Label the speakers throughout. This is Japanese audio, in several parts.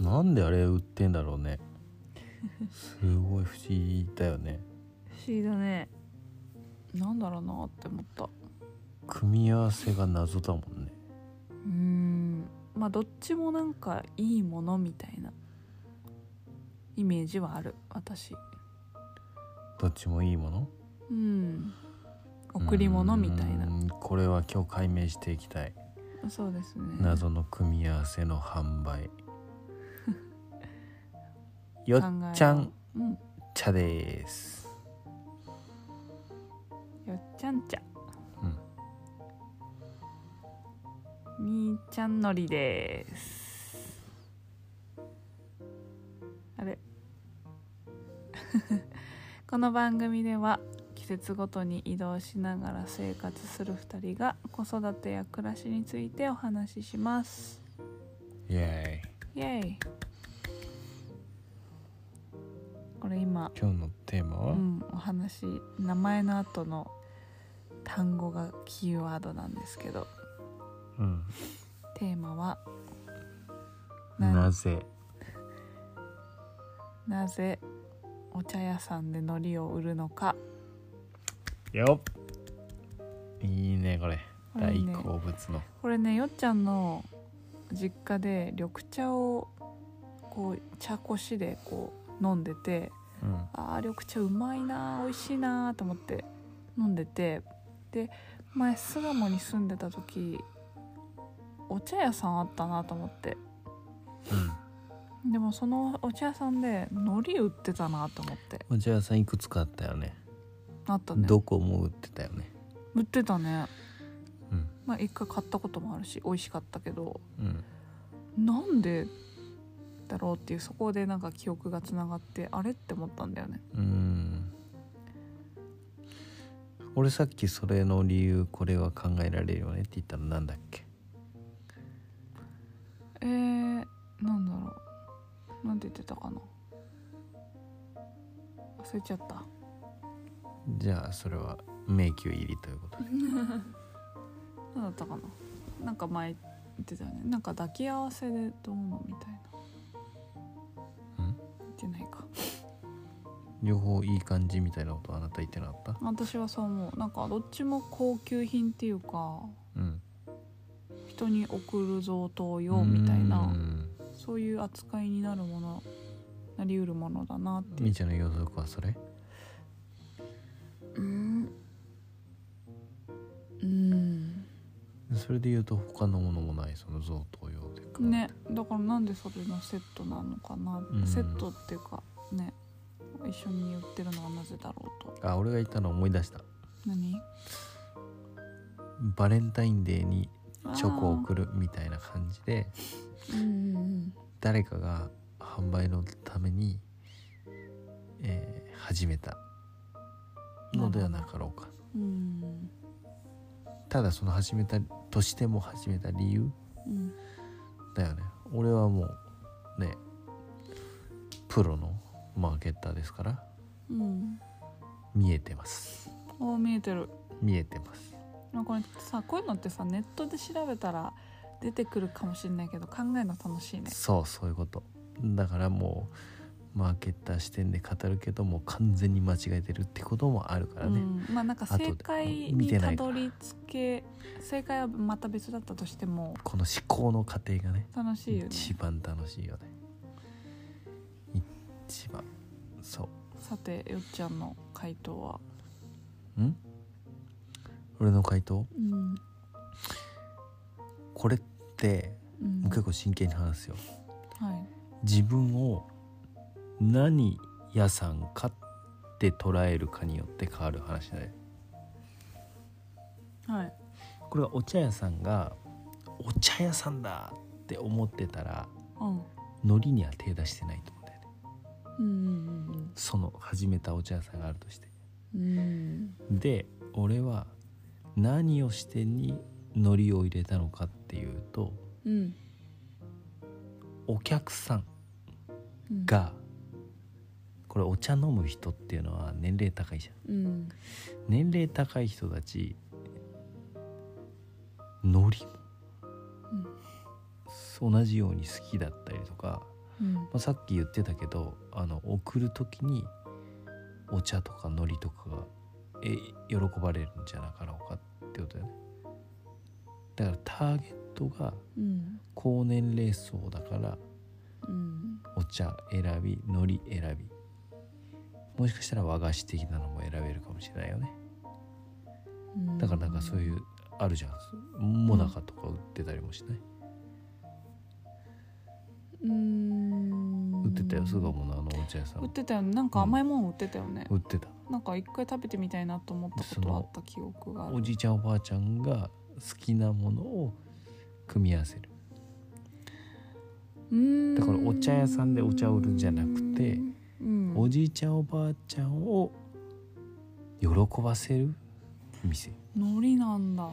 Speaker 1: なんであれ売ってんだろうねすごい不思議だよね
Speaker 2: 不思議だねなんだろうなって思った
Speaker 1: 組み合わせが謎だもんね
Speaker 2: うーんまあどっちもなんかいいものみたいなイメージはある私
Speaker 1: どっちもいいもの
Speaker 2: うん贈り物みたいうな
Speaker 1: ーんこれは今日解明していきたい
Speaker 2: そうですね
Speaker 1: 謎の組み合わせの販 売よ
Speaker 2: 考えよ
Speaker 1: っ
Speaker 2: う
Speaker 1: ちゃん
Speaker 2: うん
Speaker 1: 茶です
Speaker 2: よっちゃん茶
Speaker 1: うん
Speaker 2: みーちゃんのりですあれ この番組では季節ごとに移動しながら生活する2人が子育てや暮らしについてお話しします
Speaker 1: イエーイ
Speaker 2: イエイこれ今、
Speaker 1: 今日のテーマ
Speaker 2: う
Speaker 1: は、
Speaker 2: ん、お話名前の後の単語がキーワードなんですけど
Speaker 1: うん
Speaker 2: テーマは
Speaker 1: なぜ
Speaker 2: なぜお茶屋さんで海苔を売るのか
Speaker 1: よっいいねこれ
Speaker 2: これ
Speaker 1: 大
Speaker 2: ね
Speaker 1: 好物の
Speaker 2: これねよっちゃんの実家で緑茶をこう茶こしでこう飲んでて
Speaker 1: うん
Speaker 2: あー緑茶うまいなー美味しいなーと思って飲んでてで前巣鴨に住んでた時お茶屋さんあったなと思って
Speaker 1: うん
Speaker 2: でもそのお茶屋さんで海苔売ってたなと思って
Speaker 1: お茶屋さんいくつかあったよね
Speaker 2: あったね
Speaker 1: どこも売ってたよね
Speaker 2: 売ってたね
Speaker 1: うん
Speaker 2: まあ一回買ったこともあるし美味しかったけど
Speaker 1: うん
Speaker 2: なんでだろうっていうそこでなんか記憶がつながってあれって思ったんだよね
Speaker 1: うん俺さっきそれの理由これは考えられるよねって言ったのなんだっけ
Speaker 2: えー、なんだろうなんて言ってたかな忘れちゃった
Speaker 1: じゃあそれは迷宮入りということで
Speaker 2: 何だったかななんか前言ってたよねなんか抱き合わせでどうのみたいな
Speaker 1: うん
Speaker 2: 言ってないか
Speaker 1: 両方いい感じみたいなことあなた言ってなかった
Speaker 2: 私はそう思うなんかどっちも高級品っていうか
Speaker 1: うん
Speaker 2: 人に贈る贈答用みたいな
Speaker 1: うん
Speaker 2: そういう扱いになるものなりうるものだなって
Speaker 1: みーちゃんの予測はそれ
Speaker 2: うんうん
Speaker 1: それで言うと他のものもないその贈答用でか
Speaker 2: ねだからなんでそれのセットなのかな、
Speaker 1: ん
Speaker 2: セットっていうかね一緒に売ってるのはなぜだろうと
Speaker 1: あ俺が言ったの思い出した
Speaker 2: 何
Speaker 1: バレンタインデーにチョコを送るみたいな感じで
Speaker 2: あーうんうん
Speaker 1: 誰かが販売のために、えー始めたのではなかろうか
Speaker 2: うん
Speaker 1: ただその始めたとしても始めた理由
Speaker 2: うん
Speaker 1: だよね俺はもうねプロのマーケッターですから
Speaker 2: うん
Speaker 1: 見えてます
Speaker 2: おー見えてる
Speaker 1: 見えてます
Speaker 2: まあこれさこういうのってさネットで調べたら出てくるかもしれないけど考えるの楽しいね
Speaker 1: そうそういうことだからもうマーケッター視点で語るけどもう完全に間違えてるってこともあるからね、
Speaker 2: うん、まあなんか正解
Speaker 1: 後
Speaker 2: に
Speaker 1: で見てな
Speaker 2: た
Speaker 1: いから
Speaker 2: どり着け正解はまた別だったとしても
Speaker 1: この思考の過程がね
Speaker 2: 楽しいよね
Speaker 1: 一番楽しいよね一番そ
Speaker 2: さてよっちゃんの回答は
Speaker 1: うん俺の回答
Speaker 2: うん
Speaker 1: これって
Speaker 2: うん
Speaker 1: もう結構真剣に話すよ
Speaker 2: はい
Speaker 1: 自分を何屋さんかって捉えるかによって変わる話だよ
Speaker 2: はい
Speaker 1: これはお茶屋さんがお茶屋さんだって思ってたら
Speaker 2: うん
Speaker 1: 海苔には手出してないと思うんだよね
Speaker 2: うん
Speaker 1: その始めたお茶屋さんがあるとして
Speaker 2: うんうん
Speaker 1: で俺は何を視点に海苔を入れたのかっていうと
Speaker 2: うん
Speaker 1: お客さん
Speaker 2: うん
Speaker 1: がこれお茶飲む人っていうのは年齢高いじゃん
Speaker 2: うん
Speaker 1: 年齢高い人たち海苔も、同じように好きだったりとか
Speaker 2: うん
Speaker 1: まあ、さっき言ってたけどあの送る時にお茶とか海苔とかがえ喜ばれるんじゃなかろうかってことだよねだからターゲットが
Speaker 2: うん
Speaker 1: 高年齢層だから
Speaker 2: うん
Speaker 1: お茶選び海苔選びもしかしたら和菓子的なのも選べるかもしれないよね
Speaker 2: うん
Speaker 1: だからなんかそういうあるじゃんもなかとか売ってたりもしない、
Speaker 2: うん
Speaker 1: 売ってたよ巣鴨のあのお茶屋さん
Speaker 2: 売っ
Speaker 1: も
Speaker 2: てたよねなんか甘いもん売ってたよね、
Speaker 1: 売ってた
Speaker 2: なんか一回食べてみたいなと思ったことはあった記憶があ
Speaker 1: お
Speaker 2: る
Speaker 1: じいちゃんおばあちゃんが好きなものを組み合わせる
Speaker 2: うん
Speaker 1: だからお茶屋さんでお茶を売るんじゃなくて
Speaker 2: うん
Speaker 1: おじいちゃんおばあちゃんを喜ばせる店
Speaker 2: 海苔なんだ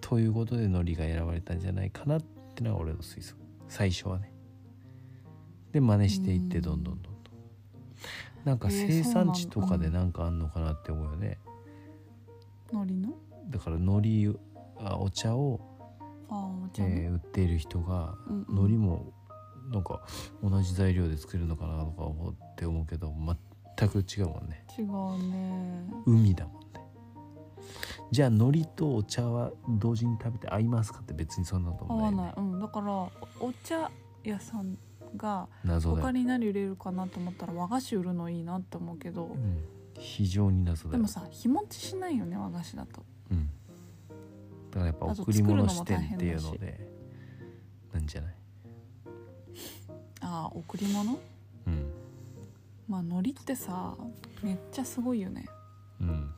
Speaker 1: ということで海苔が選ばれたんじゃないかなってのは俺の推測最初はねで真似していって
Speaker 2: うん
Speaker 1: どんどんどんどんなんか
Speaker 2: えー
Speaker 1: 生産地
Speaker 2: そ
Speaker 1: と
Speaker 2: うなんだ
Speaker 1: かでなんかあんのかなって思うよね
Speaker 2: 海苔の
Speaker 1: だから海苔あお茶を、
Speaker 2: あーお茶の、
Speaker 1: えー売っている人が
Speaker 2: うんうん
Speaker 1: 海苔もなんか同じ材料で作るのかなとか思って思うけど全く違うもんね
Speaker 2: 違うね
Speaker 1: 海だもんねじゃあ海苔とお茶は同時に食べて合いますかって別にそんなこと
Speaker 2: 合
Speaker 1: もな
Speaker 2: わ
Speaker 1: い,、
Speaker 2: ない、うん、だからおお茶屋さんが
Speaker 1: 謎だ
Speaker 2: 他
Speaker 1: よ、
Speaker 2: に何売れるかなと思ったら和菓子売るのいいなって思うけど
Speaker 1: うん、非常に謎だ
Speaker 2: で
Speaker 1: よ
Speaker 2: もさ日持ちしないよね和菓子だと
Speaker 1: うん、だからやっぱ
Speaker 2: あと
Speaker 1: 贈り物視
Speaker 2: 作るのも
Speaker 1: 点
Speaker 2: 大変だし
Speaker 1: っていうのでなんじゃない、
Speaker 2: ああ贈り物
Speaker 1: うん
Speaker 2: まあ海苔ってさめっちゃすごいよね
Speaker 1: うん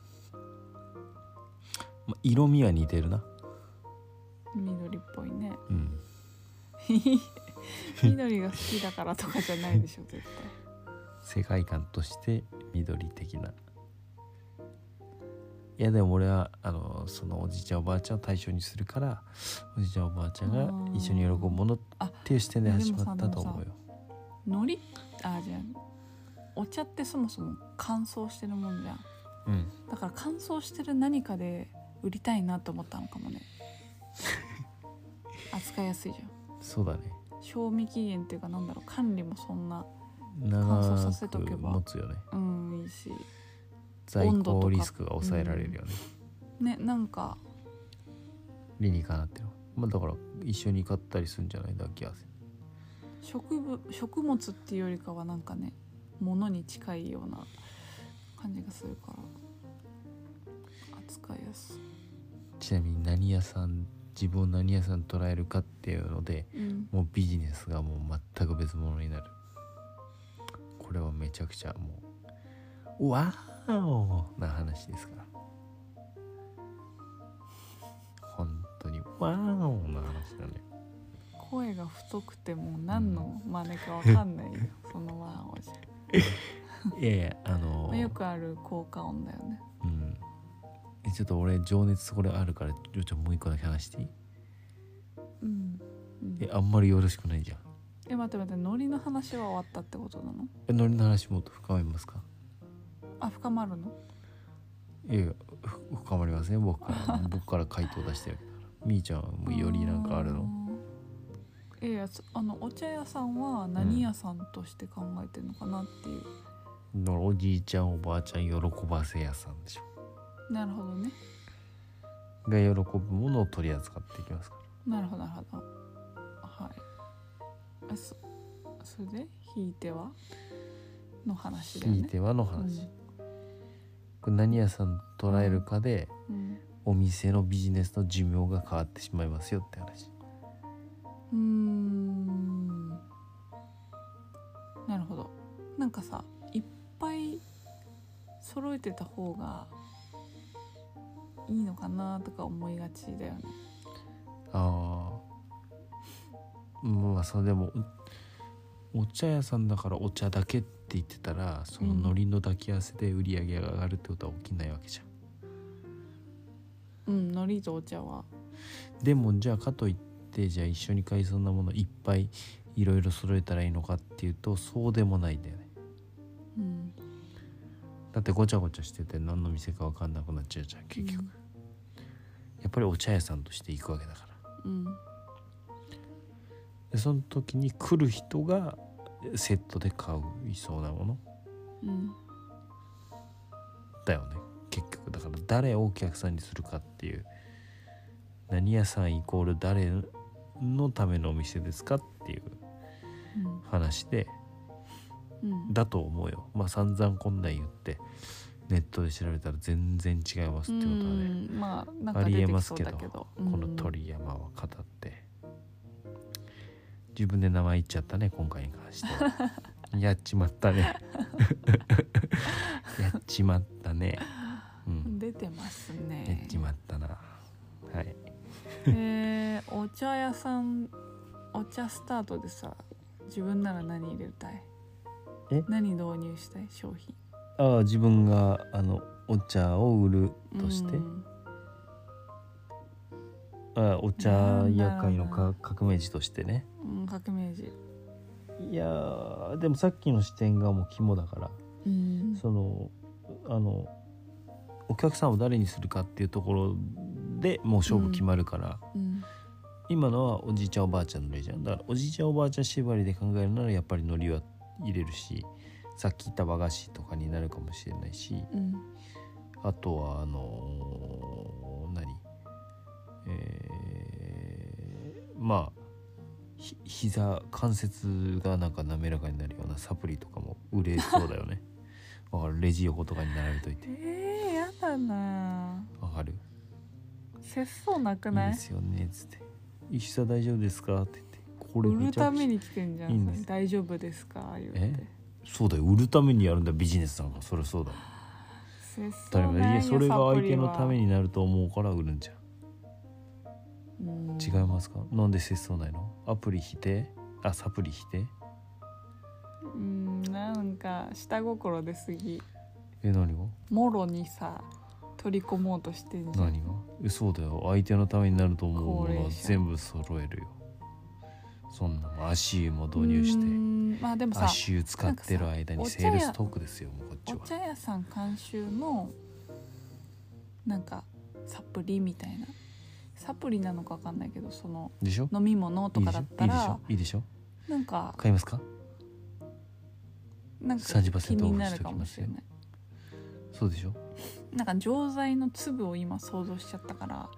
Speaker 1: ま、色味は似てるな、
Speaker 2: 緑っぽいね
Speaker 1: うん、
Speaker 2: 緑が好きだからとかじゃないでしょ絶
Speaker 1: 世界観として緑的ないやでも俺はあのそのおじいちゃんおばあちゃんを対象にするからおじいちゃんおばあちゃんが一緒に喜ぶものっていう視点で始まったと思うよ
Speaker 2: 対海苔あじゃあお茶ってそもそも乾燥してるもんじゃん
Speaker 1: うん
Speaker 2: だから乾燥してる何かで売りたいなと思ったのかもね扱いやすいじゃ
Speaker 1: そうだね
Speaker 2: ん賞味期限っていうかなんだろう管理もそんな燥さ
Speaker 1: 長
Speaker 2: せとけ
Speaker 1: く
Speaker 2: ば
Speaker 1: 持つよね
Speaker 2: うんいいし
Speaker 1: 在
Speaker 2: 温度と
Speaker 1: 庫
Speaker 2: か
Speaker 1: リスクが抑えられるよね、
Speaker 2: ねなんか
Speaker 1: 理にかなってるまあだから一緒に買ったりするんじゃない抱き合わせ
Speaker 2: 植物食物っていうよりかはなんかね物に近いような感じがするから扱いやす
Speaker 1: ちなみに何屋さん自分を何屋さん捉えるかっていうので
Speaker 2: い、うん、
Speaker 1: もうビジネスがもう全く別物になるこれはめちゃくちゃもうワーオな話ですから本当にワーオな話なんだよ
Speaker 2: 声が太くてもう何の真似かわか んないよそのワンオじ
Speaker 1: いやいやあの
Speaker 2: ゃんよくある効果音だよね
Speaker 1: うんえちょっと俺情熱これあるからちょちょもう一個だけ話していい
Speaker 2: うん、うん
Speaker 1: えあんまりよろしくないじゃん
Speaker 2: え待って待ってノリの話は終わったってことなの
Speaker 1: えノリの話もっと深めますか
Speaker 2: あ深まるの
Speaker 1: いやいやふ深まりません僕から僕から回答出してるみーちゃんはもうよりなんかあるの
Speaker 2: あーいやいやそあのお茶屋さんは何屋さんとして考えてるのかなっていう、
Speaker 1: のおじいちゃんおばあちゃん喜ばせ屋さんでしょ
Speaker 2: なるほどね
Speaker 1: が喜ぶものを取り扱っていきますか
Speaker 2: なるほどなるほどはいあそそれで「ひいては?」の話だ
Speaker 1: ら
Speaker 2: よ
Speaker 1: ひい
Speaker 2: ね
Speaker 1: てはの話、これ何屋さん捉えるかで
Speaker 2: うん、
Speaker 1: お店のビジネスの寿命が変わってしまいますよって話
Speaker 2: うん、うーんなるほどなんかさいっぱい揃えてた方がいいのかなとか思いがちだよね
Speaker 1: ああまあそれでもおお茶屋さんだからお茶だけって言ってたらその海苔の抱き合わせで売り上げが上がるってことは起きないわけじゃん
Speaker 2: うん海苔とお茶は
Speaker 1: でもじゃあかといってじゃあ一緒に買いそうなものいっぱいいろいろ揃えたらいいのかっていうとそうでもないんだよね
Speaker 2: うん
Speaker 1: だってごちゃごちゃしてて何の店か分かんなくなっちゃうじゃん結局、
Speaker 2: うん
Speaker 1: やっぱりお茶屋さんとして行くわけだから
Speaker 2: うん
Speaker 1: でその時に来る人がセットで買いそうなもの
Speaker 2: うん
Speaker 1: だよね結局だから誰をお客さんにするかっていう何屋さんイコール誰のためのお店ですかっていう話で
Speaker 2: うんうん
Speaker 1: だと思うよまあ散々こんなん言ってネットで調べたら全然違いますってことはね、
Speaker 2: うんまあなんか出てきそうだけど
Speaker 1: この鳥山は語って自分で名前言っちゃったね今回に関してはやっちまったね やっちまったねう
Speaker 2: うんん出てます
Speaker 1: や
Speaker 2: ね
Speaker 1: っちまったな。はい。
Speaker 2: えーお茶屋さんお茶スタートでさ自分なら何入れたい
Speaker 1: え
Speaker 2: 何導入したい商品
Speaker 1: ああ、自分があのお茶を売るとして、
Speaker 2: うん
Speaker 1: ああお茶屋会のか革命児としてね。
Speaker 2: うん革命児
Speaker 1: いやーでもさっきの視点がもう肝だから、
Speaker 2: うん
Speaker 1: そのあのお客さんを誰にするかっていうところでもう勝負決まるから。
Speaker 2: うん
Speaker 1: 今のはおじいちゃんおばあちゃんの例じゃんだからおじいちゃんおばあちゃん縛りで考えるならやっぱり海苔は入れるしさっき言った和菓子とかになるかもしれないし、
Speaker 2: うん
Speaker 1: あとはあのー何えーまあひ膝関節がなんか滑らかになるようなサプリとかも売れそうだよ ねわかるレジ横とかに並べといて
Speaker 2: えー、やだな
Speaker 1: わかるい
Speaker 2: 節操なく
Speaker 1: い
Speaker 2: ない
Speaker 1: ですよねっつって「膝大丈夫ですか?」って言って「これ
Speaker 2: 売
Speaker 1: め
Speaker 2: る
Speaker 1: ちゃ
Speaker 2: た
Speaker 1: く
Speaker 2: め
Speaker 1: ちゃ
Speaker 2: に来てんじゃん
Speaker 1: いいんです
Speaker 2: 大丈夫ですか言うて
Speaker 1: えそうだよ売るためにやるんだビジネスなんかそれそうだよ
Speaker 2: 節
Speaker 1: 当たり
Speaker 2: 操
Speaker 1: 前
Speaker 2: ない
Speaker 1: い
Speaker 2: よ
Speaker 1: やそれが相手のため
Speaker 2: に、
Speaker 1: になると思うから売るんじゃん
Speaker 2: うん
Speaker 1: 違いますかなんで節操ないのアプリ否定あサプリ否定
Speaker 2: うんなんか下心出すぎ
Speaker 1: え何が
Speaker 2: もろにさ取り込もうとしてんじゃん
Speaker 1: 何がえそうだよ相手のためになると思うもの
Speaker 2: 高齢
Speaker 1: は
Speaker 2: 者
Speaker 1: 全部揃えるよそんなもん足湯も導入して
Speaker 2: うーんまあでもさ
Speaker 1: 足湯使ってる間に
Speaker 2: なんかさ
Speaker 1: セールストークですよもうこっち
Speaker 2: お
Speaker 1: は
Speaker 2: 茶屋さん監修のなんかサプリみたいなサプリなのか分かんないけどその
Speaker 1: でしょ
Speaker 2: 飲み物と
Speaker 1: いい
Speaker 2: か
Speaker 1: でし
Speaker 2: だ
Speaker 1: ょ
Speaker 2: ったら
Speaker 1: いいでしょいいでしょ
Speaker 2: なんか
Speaker 1: 買いますか
Speaker 2: なんか
Speaker 1: 30%
Speaker 2: 気になるかもしれない
Speaker 1: そうでしょ
Speaker 2: なんか錠剤の粒を今想像しちゃったから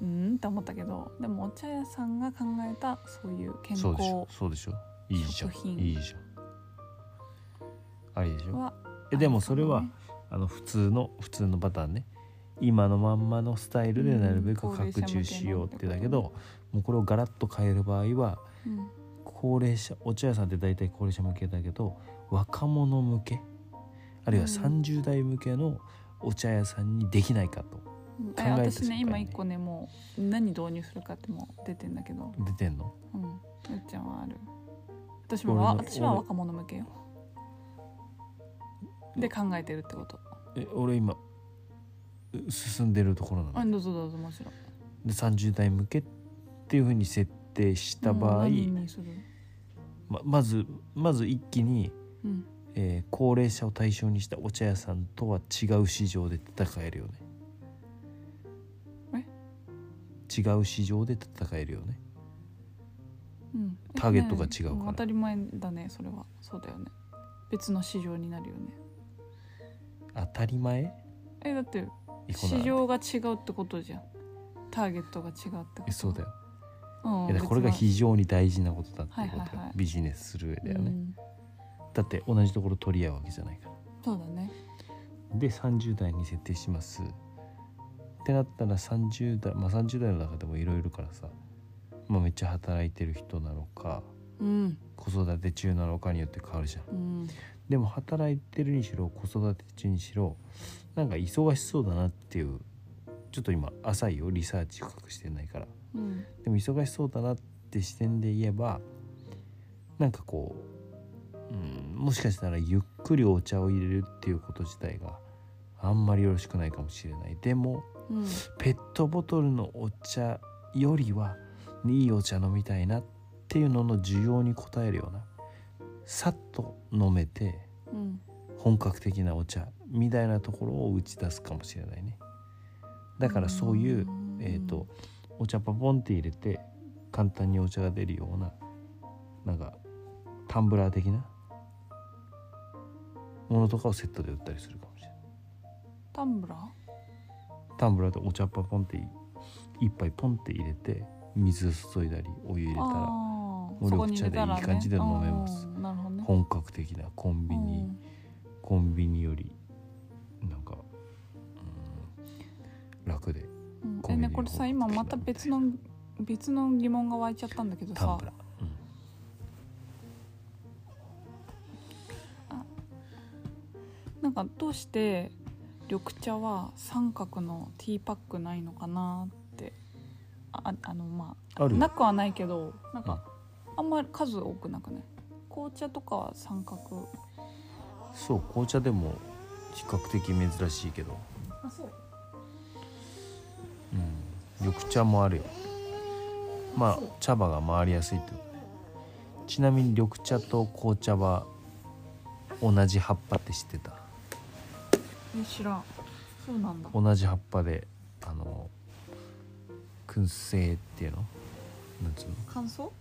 Speaker 1: うん
Speaker 2: うーんって思ったけどでもお茶屋さんが考えたそういう健
Speaker 1: そう
Speaker 2: 康
Speaker 1: でしょそうでしょいいじゃ
Speaker 2: 食品
Speaker 1: んいいじゃんありでしょ
Speaker 2: は
Speaker 1: えでもそれは
Speaker 2: あかもね
Speaker 1: あの普通の普通のパターンね今のまんまのスタイルでなるべ
Speaker 2: う
Speaker 1: く
Speaker 2: ん高齢者
Speaker 1: 拡
Speaker 2: 向けの
Speaker 1: 充しようってだけどもうこれをガラッと変える場合は
Speaker 2: うん
Speaker 1: 高齢者お茶屋さんって大体高齢者向けだけど若者向けあるいは
Speaker 2: うん
Speaker 1: 30代向けのお茶屋さんにできないかと
Speaker 2: うん
Speaker 1: 考え
Speaker 2: え
Speaker 1: た
Speaker 2: 私
Speaker 1: 瞬
Speaker 2: ね
Speaker 1: 間に
Speaker 2: 今一個ねもう何導入するかってもう出てんだけど
Speaker 1: 出てんの
Speaker 2: うんよっちゃんはある私もわ
Speaker 1: 俺の
Speaker 2: 私は
Speaker 1: 俺
Speaker 2: 若者向けよで考えてるってこと
Speaker 1: え俺今う進んでるところな
Speaker 2: あ
Speaker 1: の
Speaker 2: どうぞどうぞもちろん
Speaker 1: で30代向けっていうふうに設定した場合
Speaker 2: うん何にする
Speaker 1: ままずまず一気に
Speaker 2: うん
Speaker 1: えー高齢者を対象にしたお茶屋さんとは違う市場で戦えるよね違う市場で戦えるよね
Speaker 2: うん
Speaker 1: ターゲットが違うから
Speaker 2: ん当たり前だねそれはそうだよね別の市場になるよね
Speaker 1: 当たり前
Speaker 2: えだって
Speaker 1: えこんな
Speaker 2: 市場が違うってことじゃんターゲットが違うってこと
Speaker 1: えそうだよ、
Speaker 2: うん
Speaker 1: いやだからこれが
Speaker 2: 別の
Speaker 1: 非常に大事なことだっていうことよ、
Speaker 2: はいはいはい
Speaker 1: ビジネスする上では
Speaker 2: う
Speaker 1: ね、
Speaker 2: ん
Speaker 1: だって同じところ取り合うわけじゃないから
Speaker 2: そうだね
Speaker 1: で30代に設定しますってなったら30代まあ30代の中でもいろいろからさ、まあ、めっちゃ働いてる人なのか
Speaker 2: うん
Speaker 1: 子育て中なのかによって変わるじゃん
Speaker 2: うん
Speaker 1: でも働いてるにしろ子育て中にしろなんか忙しそうだなっていうちょっと今浅いよリサーチ深くしてないから
Speaker 2: うん
Speaker 1: でも忙しそうだなって視点で言えばなんかこう、うん、もしかしたらゆっくりお茶を入れるっていうこと自体があんまりよろしくないかもしれないでも
Speaker 2: うん
Speaker 1: ペットボトルのお茶よりはいいお茶飲みたいなっていうのの需要に応えるようなさっと飲めて
Speaker 2: うん
Speaker 1: 本格的なお茶みたいなところを打ち出すかもしれないねだからそういう、
Speaker 2: ん
Speaker 1: えー、とお茶パポンって入れて簡単にお茶が出るようななんかタンブラー的なものとかをセットで売ったりするかもしれない
Speaker 2: タンブラー
Speaker 1: タンブラーでお茶っ葉ポンって一杯ポンって入れて水を注いだりお湯入れたら
Speaker 2: あー
Speaker 1: 俺
Speaker 2: そこに入れたら
Speaker 1: お茶でいい感じで飲めます
Speaker 2: ねあーなるほどね
Speaker 1: 本格的なコンビニ、コンビニよりなんかうん楽で
Speaker 2: うんうん
Speaker 1: コ
Speaker 2: え
Speaker 1: ンビニ
Speaker 2: ね
Speaker 1: の
Speaker 2: これさ今また別の別の疑問が湧いちゃったんだけど
Speaker 1: タン
Speaker 2: さ
Speaker 1: ブラー、うん
Speaker 2: なんかどうして緑茶は三角のティーパックないのかなってああのま
Speaker 1: あ
Speaker 2: あ
Speaker 1: る
Speaker 2: な
Speaker 1: よ
Speaker 2: くはないけどなんかあんまり数多くなくない紅茶とかは三角
Speaker 1: そう紅茶でも比較的珍しいけど、
Speaker 2: あそう
Speaker 1: うん、緑茶もあるよまあ茶葉が回りやすいってことねちなみに緑茶と紅茶は同じ葉っぱって知ってた
Speaker 2: え知らんそうなんだ
Speaker 1: 同じ葉っぱであの燻製っていうのなんつうの
Speaker 2: 感想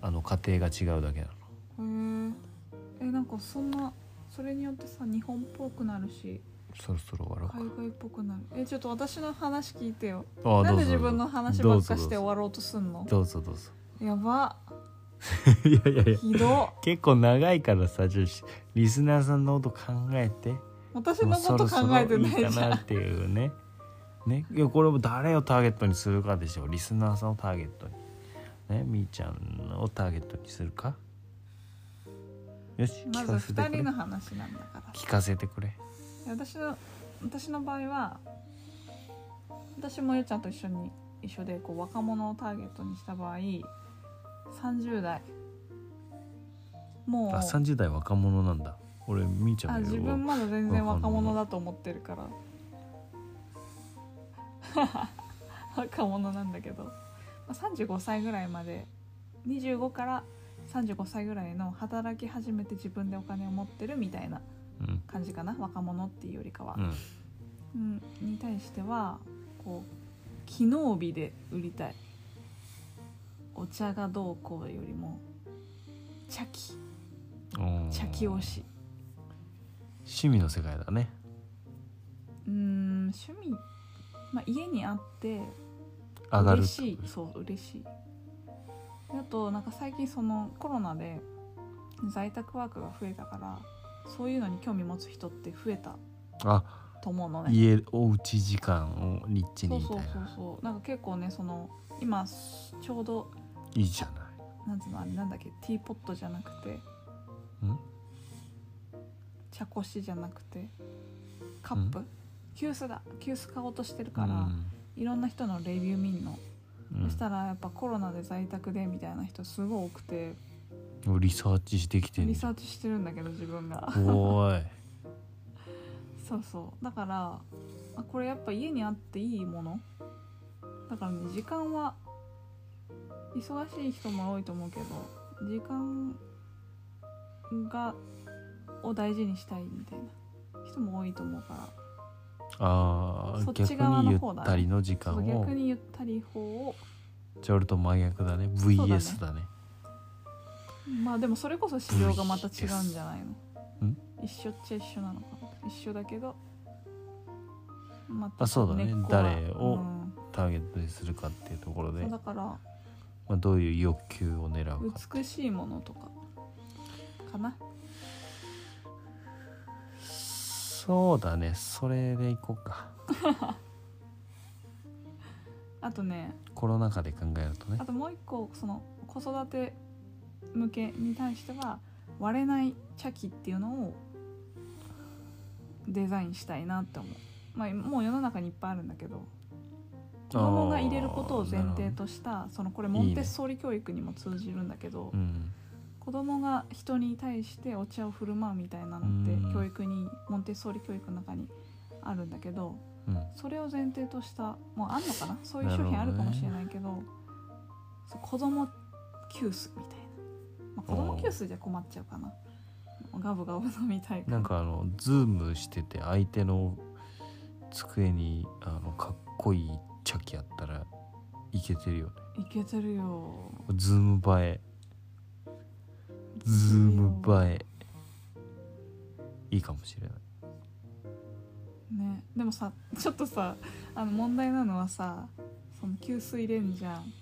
Speaker 1: あの家庭が違うだけなの
Speaker 2: へーえなんかそんなそれによってさ日本っぽくなるし
Speaker 1: そろそろ終わろうか
Speaker 2: 海外っぽくなるえちょっと私の話聞いてよ
Speaker 1: ああ
Speaker 2: な
Speaker 1: どう
Speaker 2: んで
Speaker 1: ぞ
Speaker 2: 自分の話ばっかして終
Speaker 1: わ
Speaker 2: わろうとすんの
Speaker 1: どうぞどうぞ
Speaker 2: やば
Speaker 1: どうぞいやいやいや
Speaker 2: ひど
Speaker 1: 結構長いからさちょっとリスナーさんのこと考えて
Speaker 2: 私のこと考えて
Speaker 1: もうそろそろ
Speaker 2: な
Speaker 1: い
Speaker 2: い
Speaker 1: い
Speaker 2: じ
Speaker 1: か
Speaker 2: ゃん
Speaker 1: なっていうねねいやこれも誰をターゲットにするかでしょうリスナーさんをターゲットにねみーちゃんをターゲットにするかよし
Speaker 2: ま
Speaker 1: 聞
Speaker 2: ず
Speaker 1: かせて
Speaker 2: 2
Speaker 1: くれ
Speaker 2: 人の話なんだから
Speaker 1: 聞かせてくれ
Speaker 2: 私の私の場合は私もゆうちゃんと一緒に一緒でこう若者をターゲットにした場合30代もう
Speaker 1: あ30代若者なんだ俺みーちゃ
Speaker 2: あ
Speaker 1: ん
Speaker 2: 自
Speaker 1: も
Speaker 2: 分まだ全然若者だと思ってるから 若者なんだけど、まあ、35歳ぐらいまで25から35歳ぐらいの働き始めて自分でお金を持ってるみたいな
Speaker 1: うん
Speaker 2: 感じかな若者っていうよりかは
Speaker 1: う、ん
Speaker 2: うん、に対してはこう機能美で売りたいお茶がどうこうよりも茶器
Speaker 1: おー
Speaker 2: 茶器推し
Speaker 1: 趣味の世界だね
Speaker 2: うーん趣味、まあ、家にあって
Speaker 1: 上がる
Speaker 2: 嬉しいそう嬉しいあとなんか最近そのコロナで在宅ワークが増えたからそういうのに興味持つ人って増えた
Speaker 1: あ
Speaker 2: と思うのね
Speaker 1: 家おうち時間をリッチ
Speaker 2: そ
Speaker 1: に
Speaker 2: う
Speaker 1: み
Speaker 2: そう
Speaker 1: たい
Speaker 2: そう
Speaker 1: な
Speaker 2: そうなんか結構ねその今ちょうど
Speaker 1: いいじゃない
Speaker 2: なんつうのあれなんだっけティーポットじゃなくて
Speaker 1: うん
Speaker 2: 茶こしじゃなくてカップ、急須だ急須買おうとしてるから、いろんな人のレビュー見んの、
Speaker 1: うん
Speaker 2: そしたらやっぱコロナで在宅でみたいな人すごい多くて
Speaker 1: うんリサーチしてきてん
Speaker 2: リ
Speaker 1: じゃ
Speaker 2: サ
Speaker 1: ん
Speaker 2: ーチしてるんだけど自 分が
Speaker 1: お ーい
Speaker 2: そうそうだからあこれやっぱ家にあっていいものだからね時間は忙しい人も多いと思うけど時間がを大事にしたいみたいな人も多いと思うから
Speaker 1: あ
Speaker 2: そ
Speaker 1: ー
Speaker 2: っ
Speaker 1: 逆
Speaker 2: ち側
Speaker 1: にゆ
Speaker 2: の
Speaker 1: っ
Speaker 2: 方だね
Speaker 1: たりの時
Speaker 2: そ
Speaker 1: 間を
Speaker 2: う逆にゆったり方を
Speaker 1: ちょっと真逆だね VS だね
Speaker 2: まあでもそれこそ市場がまた違うんじゃないの
Speaker 1: ん
Speaker 2: 一緒っちゃ一緒なのかな一緒だけどま
Speaker 1: あそうだね
Speaker 2: 根っこは
Speaker 1: 誰を
Speaker 2: うん
Speaker 1: ターゲットにするかっていうところで
Speaker 2: そう、だから
Speaker 1: まあ、どういう欲求を狙うか
Speaker 2: 美しいものとかかな
Speaker 1: そうだねそれでいこうか
Speaker 2: あとね
Speaker 1: コロナ禍で考えるとね
Speaker 2: あともう一個その子育て向けに対しては割れない茶器っていうのをデザインしたいなって思う、まあ、もう世の中にいっぱいあるんだけど子供が入れることを前提としたそのこれモンテッソーリ教育にも通じるんだけど
Speaker 1: あーなるほどうん
Speaker 2: 子供が人に対してお茶を振る舞うみたいなのっ
Speaker 1: うん
Speaker 2: て教育にモンテッソーリ教育の中にあるんだけど
Speaker 1: うん
Speaker 2: それを前提としたもうあんのかなそういう商品あるかもしれないけどそう子供急須みたいな、まあ、子供急須じゃ困っちゃうかなガブガブ飲みたい
Speaker 1: なんかあのズームしてて相手の机にあのかっこいい茶器あったらいけてるよね
Speaker 2: いけてるよ
Speaker 1: ズーム映えズーム映えいいかもしれない
Speaker 2: ねでもさちょっとさあの問題なのはさその給水入れんじゃん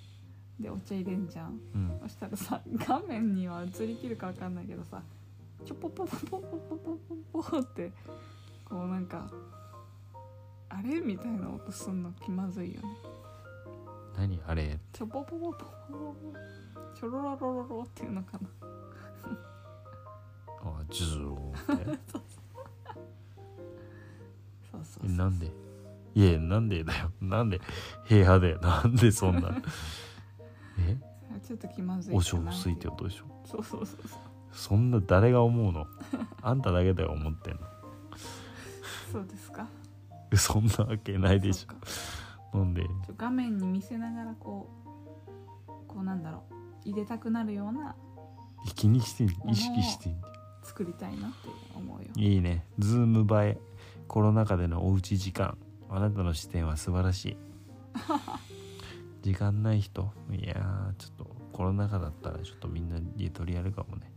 Speaker 2: でお茶入れんじゃん
Speaker 1: うん
Speaker 2: そしたらさ画面には映りきるかわかんないけどさちょぽぽぽぽぽぽぽぽぽってこうなんかあれみたいな音すんの気まずいよね
Speaker 1: 何あれ
Speaker 2: ちょぽぽぽぽぽぽちょろろろろろっていうのかな
Speaker 1: あジュー って
Speaker 2: そうそう
Speaker 1: え
Speaker 2: そう
Speaker 1: なんでいやなんでだよなんで平和だよなんでそん なえ
Speaker 2: ちょっと気まずい
Speaker 1: お
Speaker 2: か
Speaker 1: 醤
Speaker 2: な
Speaker 1: 油
Speaker 2: って
Speaker 1: ついてるとでしょ
Speaker 2: そうそうそうそう
Speaker 1: そんな誰が思うのあんただけだよ思ってんの
Speaker 2: そうですか
Speaker 1: えそんなわけないでし
Speaker 2: そうか
Speaker 1: ょなんで
Speaker 2: ちょ画面に見せながらこうこうなんだろう入れたくなるような
Speaker 1: 気にしてん意識してん
Speaker 2: 作りたいなって思うよ
Speaker 1: いいねズーム映えコロナ禍でのおうち時間あなたの視点は素晴らしい 時間ない人いやーちょっとコロナ禍だったらちょっとみんなゆとりやるかもね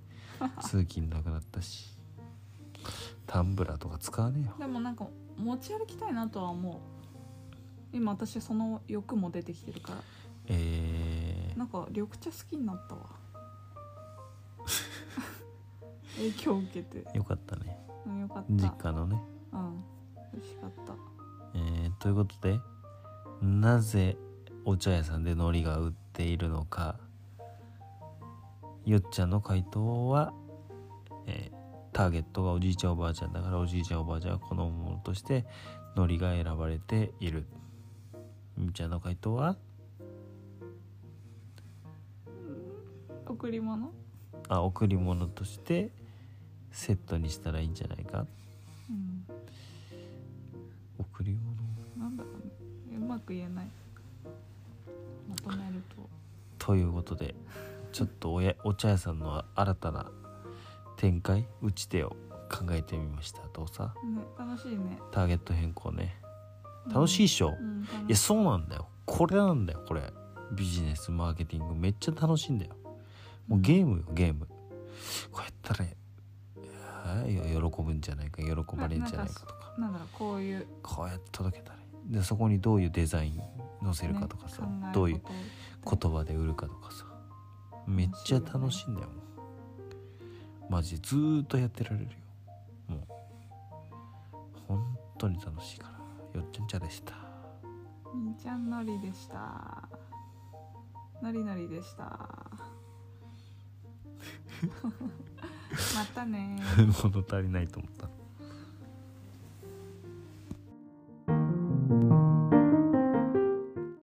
Speaker 1: 通勤なくなったしタンブラーとか使わねえよ
Speaker 2: でもなんか持ち歩きたいなとは思う今私その欲も出てきてるから
Speaker 1: え
Speaker 2: なんか緑茶好きになっ たわ影響を受けて
Speaker 1: ー、よかったね
Speaker 2: うんよかった
Speaker 1: 実家のね
Speaker 2: うん美味しかった
Speaker 1: えーということでなぜお茶屋さんで海苔が売っているのかよっちゃんの回答は、えーターゲットがおじいちゃんおばあちゃんだからおじいちゃんおばあちゃんは好むものとして海苔が選ばれているみーちゃんの回答は
Speaker 2: 贈り物
Speaker 1: あ贈り物としてセットにしたらいいんじゃないか
Speaker 2: うん
Speaker 1: 贈り物
Speaker 2: なんだろうねうまく言えないまとめると
Speaker 1: ということでちょっとおやお茶屋さんの新たな展開打ち手を考えてみましたどうさ
Speaker 2: ね楽しいね
Speaker 1: ターゲット変更ね楽しいっしょ、
Speaker 2: うん、楽し
Speaker 1: いやそうなんだよこれなんだよこれビジネスマーケティングめっちゃ楽しいんだよもうゲームよゲームこうやったらいや喜ぶんじゃないか喜ばれんじゃないかとか
Speaker 2: なんだろうこういう
Speaker 1: こうやって届けたらいいでそこにどういうデザイン載せるかとかさ、
Speaker 2: ね
Speaker 1: どういう
Speaker 2: 考える
Speaker 1: 言葉で売るかとかさめっちゃ楽しいんだよマジでずーっとやってられるよもう本当に楽しいからよっちゃんちゃでした
Speaker 2: ことみーちゃんのりでしたのりのりでし たまたねー
Speaker 1: 物足りないと思った